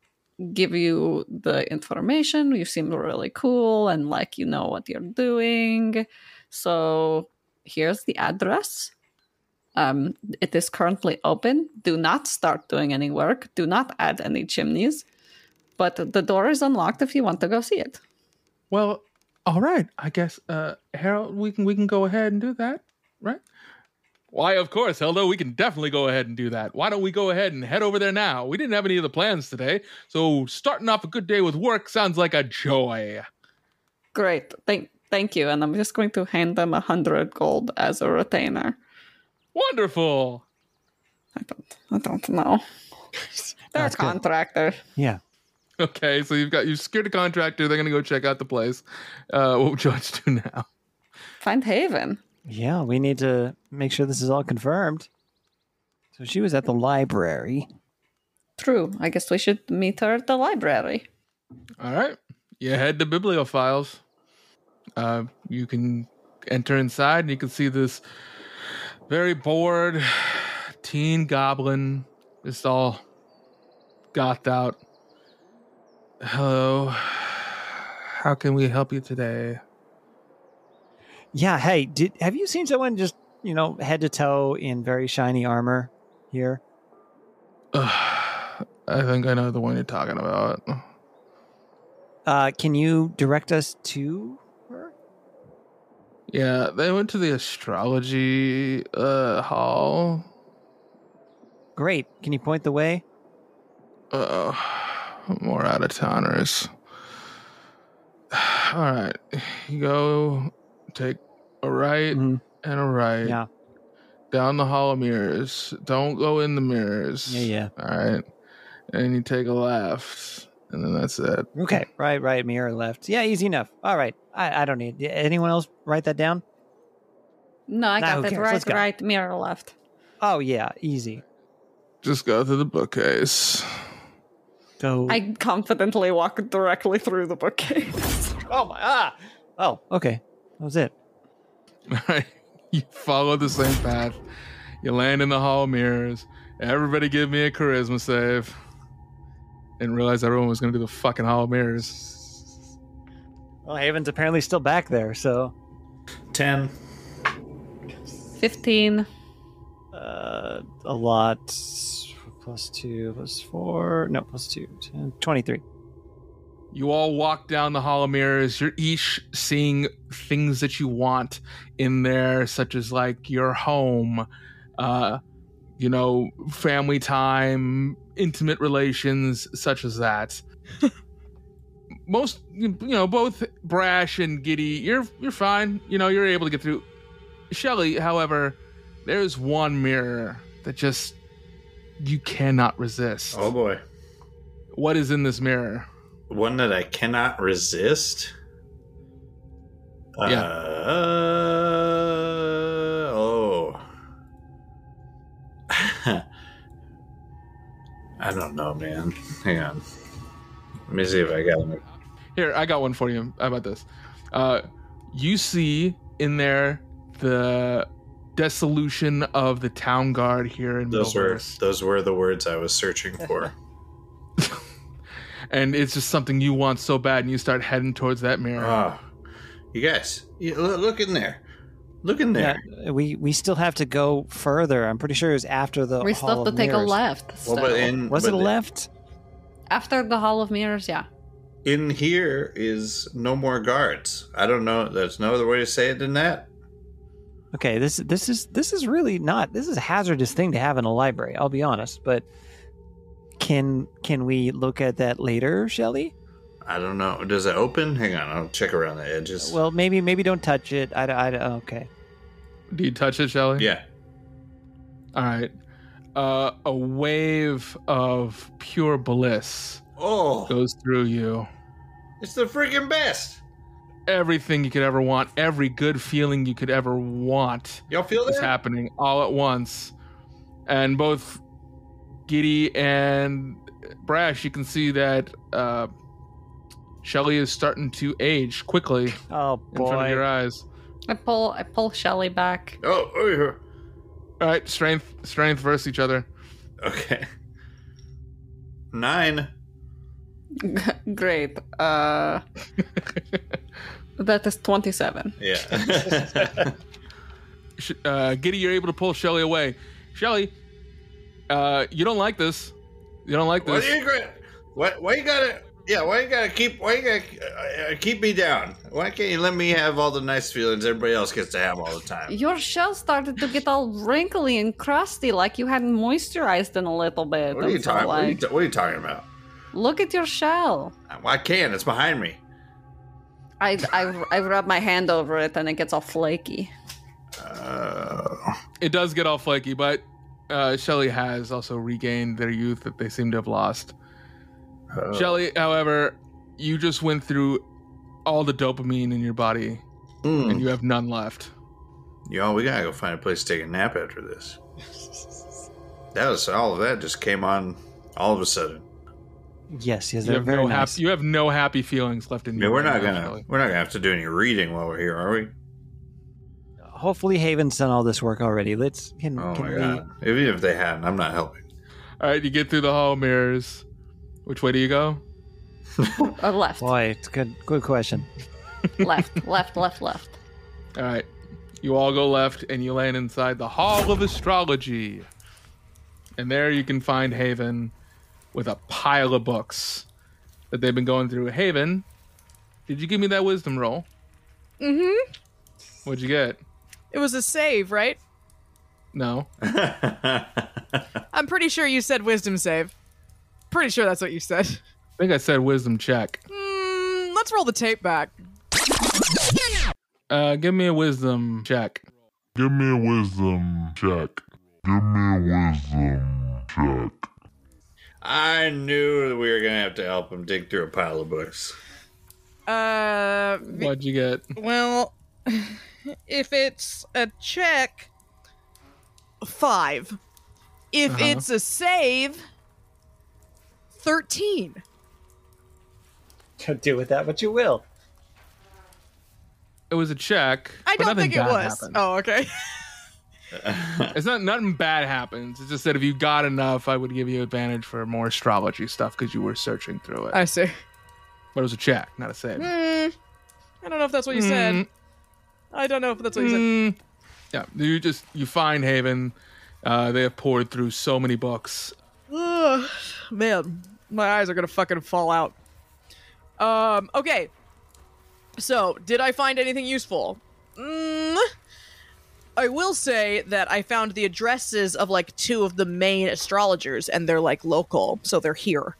Speaker 6: give you the information. You seem really cool and like you know what you're doing. So here's the address. Um, it is currently open. Do not start doing any work. Do not add any chimneys. But the door is unlocked if you want to go see it.
Speaker 7: Well, all right. I guess uh Harold, we can we can go ahead and do that, right? Why, of course, Heldo, we can definitely go ahead and do that. Why don't we go ahead and head over there now? We didn't have any of the plans today, so starting off a good day with work sounds like a joy.
Speaker 6: Great. Thank thank you. And I'm just going to hand them a hundred gold as a retainer.
Speaker 7: Wonderful.
Speaker 6: I don't I don't know. They're a
Speaker 2: That's good.
Speaker 6: contractor.
Speaker 2: Yeah.
Speaker 7: Okay, so you've got you've secured a contractor. They're gonna go check out the place. Uh, what would George do now?
Speaker 6: Find Haven.
Speaker 2: Yeah, we need to make sure this is all confirmed. So she was at the library.
Speaker 6: True. I guess we should meet her at the library.
Speaker 7: All right, you head to bibliophiles. Uh, you can enter inside, and you can see this very bored teen goblin, just all gothed out. Hello, how can we help you today?
Speaker 2: Yeah, hey, did have you seen someone just, you know, head to toe in very shiny armor here?
Speaker 7: Ugh, I think I know the one you're talking about.
Speaker 2: Uh, can you direct us to her?
Speaker 7: Yeah, they went to the astrology uh, hall.
Speaker 2: Great. Can you point the way?
Speaker 7: Uh, more out of towners. All right, you go take a right
Speaker 2: Mhm.
Speaker 7: and a right
Speaker 2: Yeah.
Speaker 7: down the hall of mirrors. Don't go in the mirrors.
Speaker 2: Yeah, yeah.
Speaker 7: All right, and you take a left, and then that's it.
Speaker 2: Okay. Right, right, mirror left. Yeah, easy enough. All right. I, I don't need anyone else write that down?
Speaker 6: No, I
Speaker 2: Nah, who
Speaker 6: got it.
Speaker 2: cares? Let's
Speaker 6: Right,
Speaker 2: go.
Speaker 6: right, mirror left.
Speaker 2: Oh yeah, easy.
Speaker 7: Just go through the bookcase.
Speaker 2: Go
Speaker 6: I confidently walk directly through the bookcase.
Speaker 2: Oh my ah Oh, okay. That was it.
Speaker 7: All right, you follow the same path. You land in the hall of mirrors. Everybody, give me a charisma save. Didn't realize everyone was going to do the fucking hall of mirrors.
Speaker 2: Well, Haven's apparently still back there, so
Speaker 3: 10.
Speaker 6: 15.
Speaker 2: uh, a lot. Plus two, plus four. No, plus two. 10, 23.
Speaker 7: You all walk down the hall of mirrors. You're each seeing things that you want in there, such as like your home, uh, you know, family time, intimate relations, such as that. Most, you know, both Brash and Giddy, you're you're fine. You know, you're able to get through. Shelly, however, there's one mirror that just you cannot resist.
Speaker 3: Oh boy.
Speaker 7: What is in this mirror?
Speaker 3: One that I cannot resist.
Speaker 7: Yeah.
Speaker 3: Uh, oh. I don't know, man. Hang on. Let me see if I got it.
Speaker 7: Here, I got one for you. How about this? Uh, you see in there the dissolution of the town guard here in
Speaker 3: Those were
Speaker 7: Middleverse.
Speaker 3: those were the words I was searching for.
Speaker 7: and it's just something you want so bad, and you start heading towards that mirror.
Speaker 3: oh, you guys, you, look, look in there. Look in there.
Speaker 2: Yeah, we we still have to go further. I'm pretty sure it was after the.
Speaker 6: We still
Speaker 2: Hall
Speaker 6: have to
Speaker 2: of
Speaker 6: take a
Speaker 2: Mirrors.
Speaker 6: left.
Speaker 3: Well,
Speaker 6: still.
Speaker 3: but in
Speaker 2: Was
Speaker 3: but
Speaker 2: it a left?
Speaker 6: After the Hall of Mirrors, yeah.
Speaker 3: in here is no more guards. I don't know. There's no other way to say it than that.
Speaker 2: Okay, this this is this is really not. This is a hazardous thing to have in a library. I'll be honest, but can can we look at that later, Shelley?
Speaker 3: I don't know. Does it open? Hang on. I'll check around the edges.
Speaker 2: Well, maybe maybe don't touch it. I, I okay.
Speaker 7: Do you touch it, Shelly?
Speaker 3: yeah.
Speaker 7: All right. Uh, a wave of pure bliss
Speaker 3: Oh,
Speaker 7: goes through you.
Speaker 3: it's the freaking best.
Speaker 7: Everything you could ever want, every good feeling you could ever want.
Speaker 3: Y'all feel
Speaker 7: is
Speaker 3: that?
Speaker 7: happening all at once. And both Giddy and Brash, you can see that uh, Shelly is starting to age quickly in
Speaker 2: Oh
Speaker 7: front of your
Speaker 2: boy,
Speaker 7: eyes.
Speaker 6: I pull I pull Shelly back.
Speaker 3: Oh, oh, yeah.
Speaker 7: All right, strength, strength versus each other.
Speaker 3: okay. Nine.
Speaker 6: Great. Uh that is twenty seven.
Speaker 3: Yeah.
Speaker 7: Sh- uh, Giddy, you're able to pull Shelly away. Shelly, uh, you don't like this. You don't like
Speaker 3: what
Speaker 7: this.
Speaker 3: do you gra- What? Why you got it? Yeah, why you gotta keep? Why you gotta uh, uh, keep me down? Why can't you let me have all the nice feelings everybody else gets to have all the time?
Speaker 6: Your shell started to get all wrinkly and crusty, like you hadn't moisturized in a little bit.
Speaker 3: What are you
Speaker 6: And so,
Speaker 3: talking? What are you,
Speaker 6: like,
Speaker 3: ta- what are you talking about?
Speaker 6: look at your shell.
Speaker 3: Well, I can. It's behind me.
Speaker 6: I, I, I rub my hand over it and it gets all flaky.
Speaker 3: Uh,
Speaker 7: It does get all flaky, but uh, Shelly has also regained their youth that they seem to have lost.
Speaker 3: uh,
Speaker 7: Shelly, however, you just went through all the dopamine in your body
Speaker 3: mm.
Speaker 7: and you have none left.
Speaker 3: Yo, we gotta go find a place to take a nap after this. that was all of that just came on all of a sudden.
Speaker 2: Yes, yes,
Speaker 7: You
Speaker 2: they're
Speaker 7: have,
Speaker 2: very
Speaker 7: no
Speaker 2: nice.
Speaker 7: hap- you have no happy feelings left
Speaker 3: I
Speaker 7: in you.
Speaker 3: mean, we're
Speaker 7: right
Speaker 3: not
Speaker 7: now,
Speaker 3: gonna
Speaker 7: Shelly.
Speaker 3: we're not gonna have to do any reading while we're here, are we?
Speaker 2: Hopefully, Haven's done all this work already. Let's can,
Speaker 3: Oh
Speaker 2: can
Speaker 3: my
Speaker 2: we?
Speaker 3: god! Even if they hadn't, I'm not helping.
Speaker 7: All right, you get through the hall mirrors. Which way do you go?
Speaker 6: Or Uh, left,
Speaker 2: Boy, it's good. Good question.
Speaker 6: left, left, left, left.
Speaker 7: All right, you all go left and you land inside the Hall of Astrology. And there you can find Haven with a pile of books that they've been going through. Haven, did you give me that wisdom roll?
Speaker 5: Mm-hmm.
Speaker 7: What'd you get?
Speaker 5: It was a save, right?
Speaker 7: No.
Speaker 5: I'm pretty sure you said wisdom save. Pretty sure that's what you said.
Speaker 7: I think I said wisdom check.
Speaker 5: Mm, let's roll the tape back.
Speaker 7: Uh, give me a wisdom check.
Speaker 9: Give me a wisdom check. Give me a wisdom check.
Speaker 3: I knew that we were gonna have to help him dig through a pile of books.
Speaker 5: Uh, v-
Speaker 7: What'd you get?
Speaker 5: well, if it's a check, five. If
Speaker 7: Uh-huh.
Speaker 5: it's a save, thirteen.
Speaker 2: Do with that what you will.
Speaker 7: It was a check.
Speaker 5: I
Speaker 7: but
Speaker 5: don't
Speaker 7: nothing
Speaker 5: think it
Speaker 7: bad
Speaker 5: was.
Speaker 7: happened.
Speaker 5: Oh, okay.
Speaker 7: It's not nothing bad happens. It's just that if you got enough, I would give you advantage for more astrology stuff because you were searching through it.
Speaker 5: I see.
Speaker 7: but it was a check, not a save.
Speaker 5: Mm, I don't know if that's what you said. I don't know if that's what you said.
Speaker 7: Mm. yeah, you just you find Haven. Uh, they have poured through so many books.
Speaker 5: Ugh, man, my eyes are gonna fucking fall out. Um. Okay. So, did I find anything useful? Mm, I will say that I found the addresses of like two of the main astrologers, and they're like local, so they're here.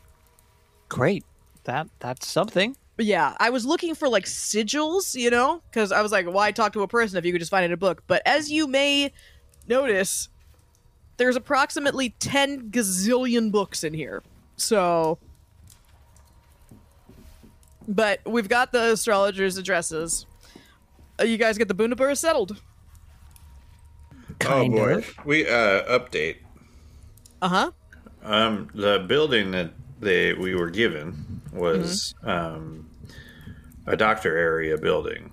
Speaker 2: Great. That that's something.
Speaker 5: But yeah, I was looking for like sigils, you know, because I was like, why talk to a person if you could just find it in a book? But as you may notice, there's approximately 10 gazillion books in here. So. But we've got the astrologers' addresses. Uh, You guys get the Bundaburg settled.
Speaker 2: Kind
Speaker 3: oh boy,
Speaker 2: of.
Speaker 3: we uh update.
Speaker 5: Uh huh.
Speaker 3: Um, the building that they we were given was
Speaker 5: Mm-hmm.
Speaker 3: um, a doctor area building,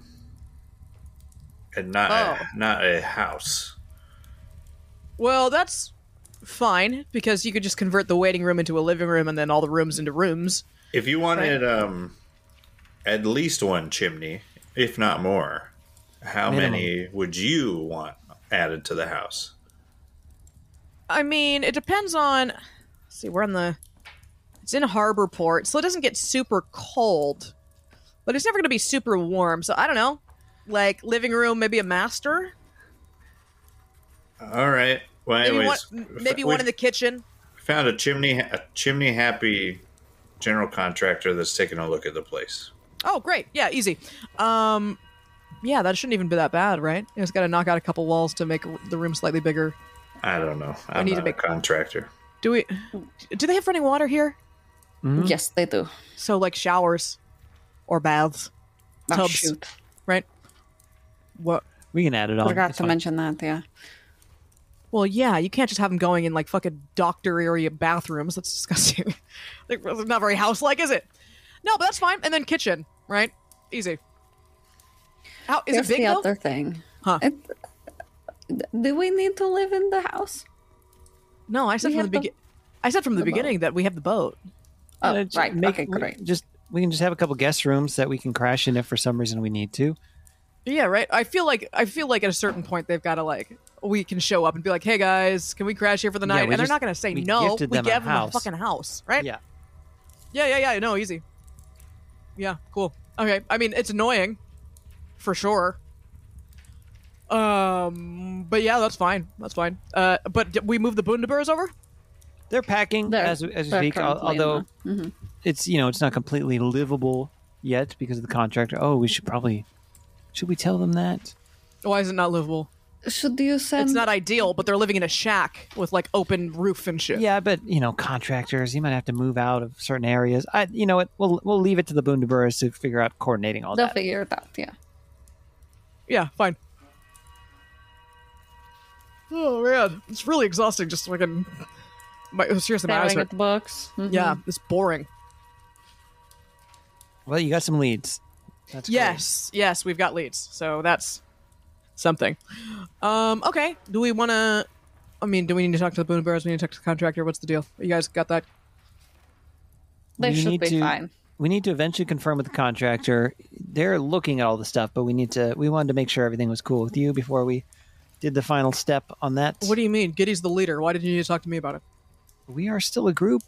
Speaker 3: and not
Speaker 5: Oh.
Speaker 3: a, not a house.
Speaker 5: Well, that's fine because you could just convert the waiting room into a living room and then all the rooms into rooms.
Speaker 3: If you wanted um, at least one chimney, if not more, how
Speaker 2: Minimum.
Speaker 3: many would you want added to the house?
Speaker 5: I mean, it depends on. let's see, we're on the. It's in Harbor Port, so it doesn't get super cold, but it's never going to be super warm. So I don't know, like living room, maybe a master,
Speaker 3: All right. Well,
Speaker 5: maybe
Speaker 3: anyways,
Speaker 5: one,
Speaker 3: f-
Speaker 5: maybe
Speaker 3: we
Speaker 5: one in the kitchen.
Speaker 3: found a chimney a chimney happy general contractor that's taking a look at the place.
Speaker 5: Oh, great, yeah, easy. Um, yeah, that shouldn't even be that bad, right? You just got to knock out a couple walls to make the room slightly bigger.
Speaker 3: I don't know. I'm
Speaker 5: need to
Speaker 3: not
Speaker 5: make-
Speaker 3: a contractor.
Speaker 5: Do we? Do they have running water here?
Speaker 6: Yes, they do.
Speaker 5: So like showers, or baths,
Speaker 6: Oh,
Speaker 5: Tubs.
Speaker 6: shoot.
Speaker 5: right? What?
Speaker 2: We can add it on.
Speaker 6: Forgot
Speaker 2: It's
Speaker 6: to
Speaker 2: fine.
Speaker 6: mention that, yeah.
Speaker 5: Well, yeah, you can't just have them going in like fucking doctor area bathrooms. That's disgusting. like, that's not very house like, is it? No, but that's fine. And then kitchen, right? Easy. How is
Speaker 6: Here's
Speaker 5: it big
Speaker 6: the
Speaker 5: though?
Speaker 6: other thing.
Speaker 5: Huh.
Speaker 6: It, do we need to live in the house?
Speaker 5: No, I said from
Speaker 6: We
Speaker 5: the
Speaker 6: have the-
Speaker 5: beginning. I said from the, beginning that we have the boat.
Speaker 6: Oh,
Speaker 2: Uh, j-
Speaker 6: right.
Speaker 2: make-
Speaker 6: okay,
Speaker 2: we-
Speaker 6: great.
Speaker 2: Just we can just have a couple guest rooms that we can crash in if for some reason we need to.
Speaker 5: Yeah, right. I feel like I feel like at a certain point they've got to like we can show up and be like, hey guys, can we crash here for the
Speaker 2: Yeah,
Speaker 5: night?
Speaker 2: we
Speaker 5: and they're
Speaker 2: just-
Speaker 5: not going to say
Speaker 2: we
Speaker 5: no.
Speaker 2: gifted
Speaker 5: we
Speaker 2: them a
Speaker 5: gave them a
Speaker 2: house.
Speaker 5: fucking house, right?
Speaker 2: Yeah.
Speaker 5: yeah, yeah, yeah. No, easy. Yeah, cool. Okay, I mean it's annoying, for sure. Um, but yeah, that's fine. That's fine. Uh, but d- we move the Bundaburrs over.
Speaker 2: They're packing
Speaker 6: They're-
Speaker 2: as, as we
Speaker 6: they're
Speaker 2: speak, al-
Speaker 6: currently in
Speaker 2: although
Speaker 6: the- Mhm.
Speaker 2: it's you know it's not completely livable yet because of the contractor. Oh, we should probably should we tell them that?
Speaker 5: Why is it not livable?
Speaker 6: should you send?
Speaker 5: It's not ideal, but they're living in a shack with like open roof and shit.
Speaker 2: Yeah, but you know contractors, you might have to move out of certain areas. I you know what? We'll we'll leave it to the Bundaburgs to figure out coordinating all
Speaker 6: They'll
Speaker 2: that.
Speaker 6: figure it out. Yeah.
Speaker 5: Yeah, fine. Oh man, it's really exhausting. Just fucking. My, seriously, my eyes
Speaker 6: Staring at
Speaker 5: hurt.
Speaker 6: the books. Mhm.
Speaker 5: Yeah, it's boring.
Speaker 2: Well, you got some leads. That's great.
Speaker 5: Yes, yes, we've got leads, so that's something. Um, okay, do we want to? I mean, do we need to talk to the Boone Bears? We need to talk to the contractor. What's the deal? You guys got that?
Speaker 6: They
Speaker 2: We
Speaker 6: should
Speaker 2: need
Speaker 6: be
Speaker 2: to-
Speaker 6: fine.
Speaker 2: We need to eventually confirm with the contractor. They're looking at all the stuff, but we need to. We wanted to make sure everything was cool with you before we did the final step on that.
Speaker 5: What do you mean? Giddy's the leader. Why did you need to talk to me about it?
Speaker 2: we are still a group.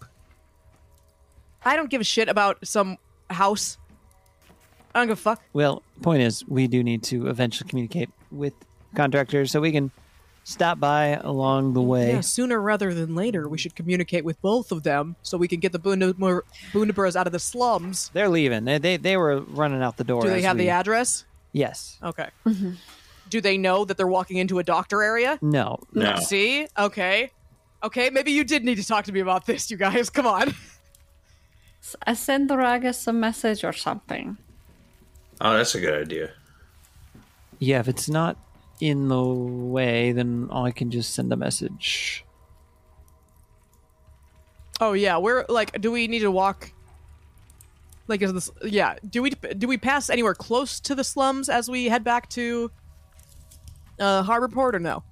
Speaker 5: I don't give a shit about some house. I don't give a fuck.
Speaker 2: Well, point is, we do need to eventually communicate with contractors so we can stop by along the way.
Speaker 5: Yeah, sooner rather than later, we should communicate with both of them so we can get the Boondab- Boondabras out of the slums.
Speaker 2: They're leaving. They, they they were running out the door.
Speaker 5: Do they
Speaker 2: as
Speaker 5: have
Speaker 2: we-
Speaker 5: the address?
Speaker 2: Yes.
Speaker 5: Okay. Do they know that they're walking into a doctor area?
Speaker 2: No.
Speaker 3: No.
Speaker 5: See? Okay. Okay, maybe you did need to talk to me about this, you guys. Come on.
Speaker 6: S- I send Ragus a message or something.
Speaker 3: Oh, that's a good idea.
Speaker 2: Yeah. If it's not in the way, then I can just send a message.
Speaker 5: Oh yeah, we're like do we need to walk like is this yeah, do we do we pass anywhere close to the slums as we head back to uh Harborport or no?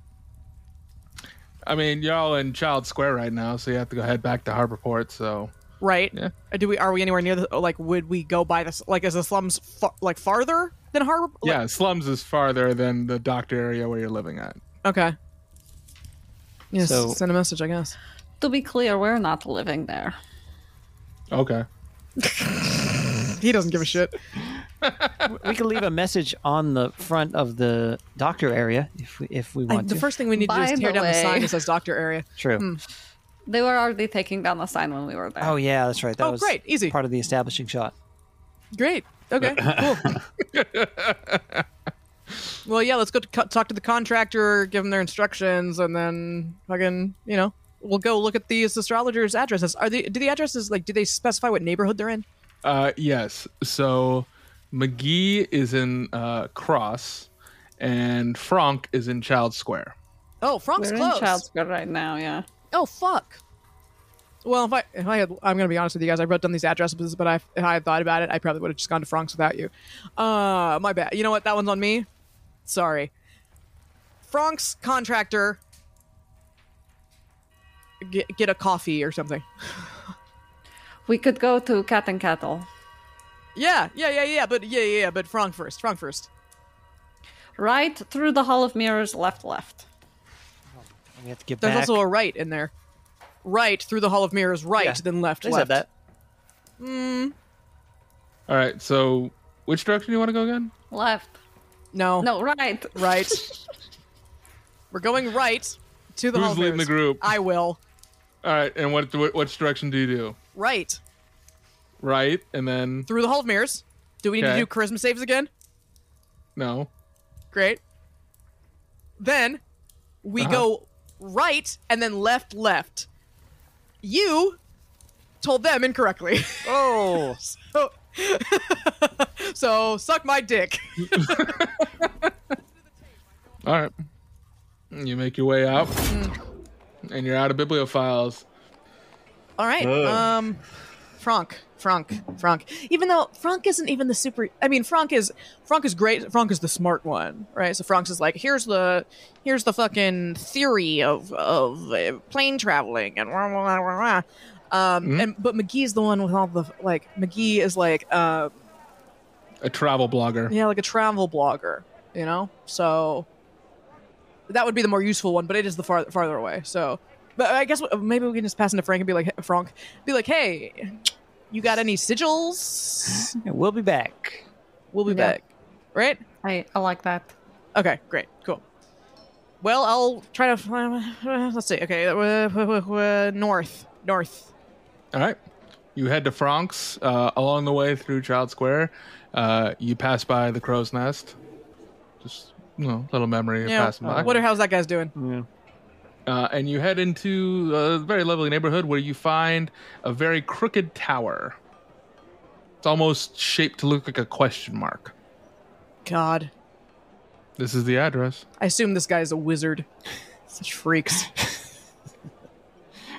Speaker 7: I mean, y'all in Child Square right now, so you have to go head back to Harborport. So
Speaker 5: Right?
Speaker 7: Yeah.
Speaker 5: Uh, Do we are we anywhere near the like would we go by this like is the slums fa- like farther than Harbor like-
Speaker 7: yeah, slums is farther than the doctor area where you're living at.
Speaker 5: Okay. Yes,
Speaker 2: So-
Speaker 5: send a message, I guess.
Speaker 6: To be clear, we're not living there.
Speaker 7: Okay.
Speaker 5: He doesn't give a shit.
Speaker 2: We can leave a message on the front of the doctor area if we, if we
Speaker 5: I-
Speaker 2: want
Speaker 5: the
Speaker 2: to.
Speaker 5: first Hmm. thing we need to do
Speaker 6: By
Speaker 5: is tear
Speaker 6: the
Speaker 5: down the
Speaker 6: way-
Speaker 5: sign that says doctor area.
Speaker 2: True.
Speaker 6: They were already taking down the sign when we were there.
Speaker 2: Oh yeah, that's right. That
Speaker 5: Oh,
Speaker 2: was
Speaker 5: great, easy.
Speaker 2: part of the establishing shot.
Speaker 5: Great. Okay. Cool. well, yeah. Let's go to co- talk to the contractor, give them their instructions, and then fucking, you know, we'll go look at these astrologers' addresses. Are they? Do the addresses like? Do they specify what neighborhood they're in?
Speaker 7: Uh, yes. So McGee is in uh, Cross, and Franck is in Child Square.
Speaker 5: Oh, Frank's
Speaker 6: we're
Speaker 5: close.
Speaker 6: in Child Square right now. Yeah.
Speaker 5: Oh, fuck. Well, if I if I had, I'm gonna be honest with you guys. I wrote down these addresses, but I, if I had thought about it, I probably would have just gone to Frank's without you. Uh, my bad. You know what? That one's on me. Sorry. Frank's contractor. Get, get a coffee or something.
Speaker 6: We could go to Cat and Cattle.
Speaker 5: Yeah, yeah, yeah, yeah. But yeah, yeah, yeah. But Frank first. Frank first.
Speaker 6: Right through the Hall of Mirrors, left, left.
Speaker 2: We have to get
Speaker 5: There's
Speaker 2: back.
Speaker 5: also a right in there. Right through the Hall of Mirrors. Right,
Speaker 2: Yeah.
Speaker 5: then left.
Speaker 2: they
Speaker 5: left.
Speaker 2: said that.
Speaker 7: All right. So which direction do you want to go again?
Speaker 6: Left.
Speaker 5: No,
Speaker 6: No, right.
Speaker 5: right. We're going right to the
Speaker 7: Who's
Speaker 5: Hall of
Speaker 7: leading
Speaker 5: Mirrors.
Speaker 7: the group?
Speaker 5: I will.
Speaker 7: All right. And what, what which direction do you do?
Speaker 5: Right.
Speaker 7: Right, and then
Speaker 5: Through the Hall of Mirrors. Do we need
Speaker 7: Okay.
Speaker 5: to do charisma saves again?
Speaker 7: no.
Speaker 5: Great. Then we
Speaker 7: Uh-huh.
Speaker 5: go right and then left, left. You told them incorrectly.
Speaker 2: Oh,
Speaker 5: so, so suck my dick.
Speaker 7: All right. You make your way out,
Speaker 5: Mm.
Speaker 7: and you're out of bibliophiles.
Speaker 5: All right. Um, Frank, Frank, Frank. Even though Frank isn't even the super. I mean, Frank is Frank is great. Frank is the smart one, right? So Frank's is like, here's the here's the fucking theory of of uh, plane traveling and blah, blah, blah, blah, blah. Um, and but McGee's the one with all the like. McGee is like, uh,
Speaker 7: A travel blogger.
Speaker 5: yeah, like a travel blogger, you know. So that would be the more useful one, but it is the far, farther uh, away. So, but I guess maybe we can just pass into Frank and be like, Frank, be like, hey, you got any sigils?
Speaker 2: And we'll be back.
Speaker 5: We'll be
Speaker 6: Yeah.
Speaker 5: back. Right?
Speaker 6: I, I like that.
Speaker 5: Okay, great, cool. Well, I'll try to. find let's see. Okay, uh, north, north.
Speaker 7: All right. You head to Franck's. Uh, along the way through Child Square, uh, you pass by the crow's nest. Just you know, little memory of
Speaker 5: Yeah.
Speaker 7: passing by.
Speaker 5: Wonder how's that guy's doing.
Speaker 7: Uh, and you head into a very lovely neighborhood where you find a very crooked tower. It's almost shaped to look like a question mark.
Speaker 5: God,
Speaker 7: This is the address.
Speaker 5: I assume this guy's a wizard. Such freaks.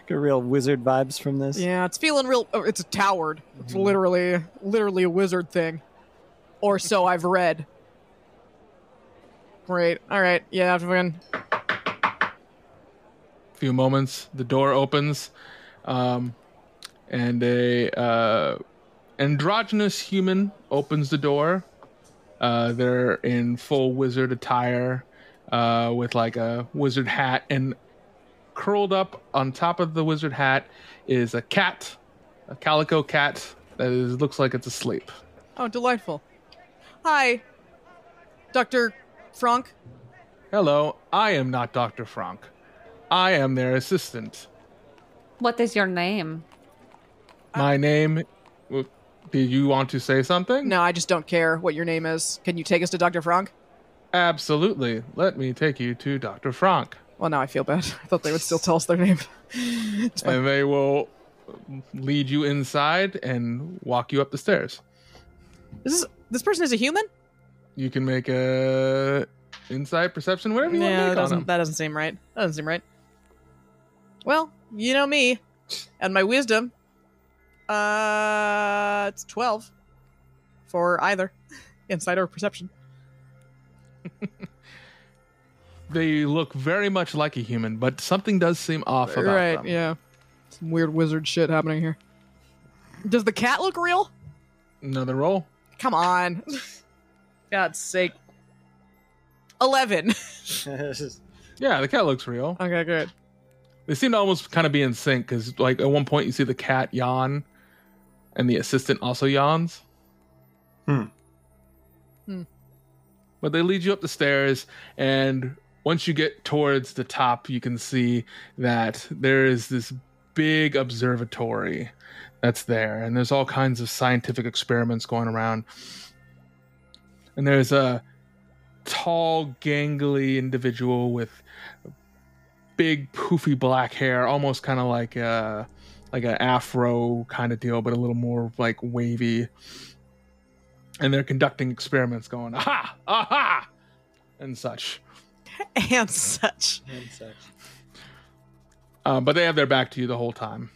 Speaker 2: Get real wizard vibes from this.
Speaker 5: Yeah, it's feeling real. Oh, it's towered. It's literally, literally a wizard thing, or so I've read. Great. All right. Yeah, everyone.
Speaker 7: few moments, the door opens, um, and a uh, androgynous human opens the door. Uh, they're in full wizard attire, uh, with like a wizard hat, and curled up on top of the wizard hat is a cat, a calico cat that is, looks like it's asleep.
Speaker 5: Oh, delightful. Hi, Doctor Frank.
Speaker 7: Hello, I am not Doctor Frank. I am their assistant.
Speaker 6: What is your name?
Speaker 7: My name. w- Do you want to say something?
Speaker 5: No, I just don't care what your name is. Can you take us to Doctor Frank?
Speaker 7: Absolutely. Let me take you to Dr. Frank.
Speaker 5: Well, now I feel bad. I thought they would still tell us their name. Oh.
Speaker 7: And they will lead you inside and walk you up the stairs.
Speaker 5: This is this person is a human.
Speaker 7: You can make a insight perception, whatever you
Speaker 5: Yeah, that
Speaker 7: want to
Speaker 5: doesn't
Speaker 7: make on them.
Speaker 5: that doesn't seem right. That doesn't seem right. Well, you know me, and my wisdom. Uh, it's twelve for either insight or perception.
Speaker 7: They look very much like a human, but something does seem off about
Speaker 5: right?
Speaker 7: them.
Speaker 5: Yeah, some weird wizard shit happening here. Does the cat look real?
Speaker 7: Another roll.
Speaker 5: Come on, God's sake. Eleven.
Speaker 7: Yeah, the cat looks real.
Speaker 5: Okay, good.
Speaker 7: They seem to almost kind of be in sync because, like, at one point you see the cat yawn, and the assistant also yawns.
Speaker 3: Hmm.
Speaker 5: Hmm.
Speaker 7: But they lead you up the stairs, and once you get towards the top, you can see that there is this big observatory that's there, and there's all kinds of scientific experiments going around. And there's a tall, gangly individual with big poofy black hair, almost kind of like a like an afro kind of deal, but a little more like wavy. And they're conducting experiments, going aha, aha, and such.
Speaker 5: And such.
Speaker 7: Uh, but they have their back to you the whole time.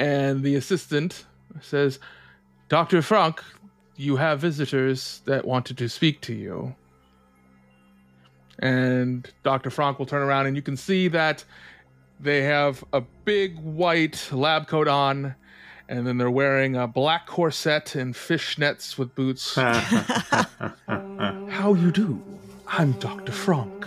Speaker 7: And the assistant says, "Doctor Frank, you have visitors that wanted to speak to you." And Dr. Frank will turn around, and you can see that they have a big white lab coat on, and then they're wearing a black corset and fishnets with boots. How you do? I'm Dr. Frank.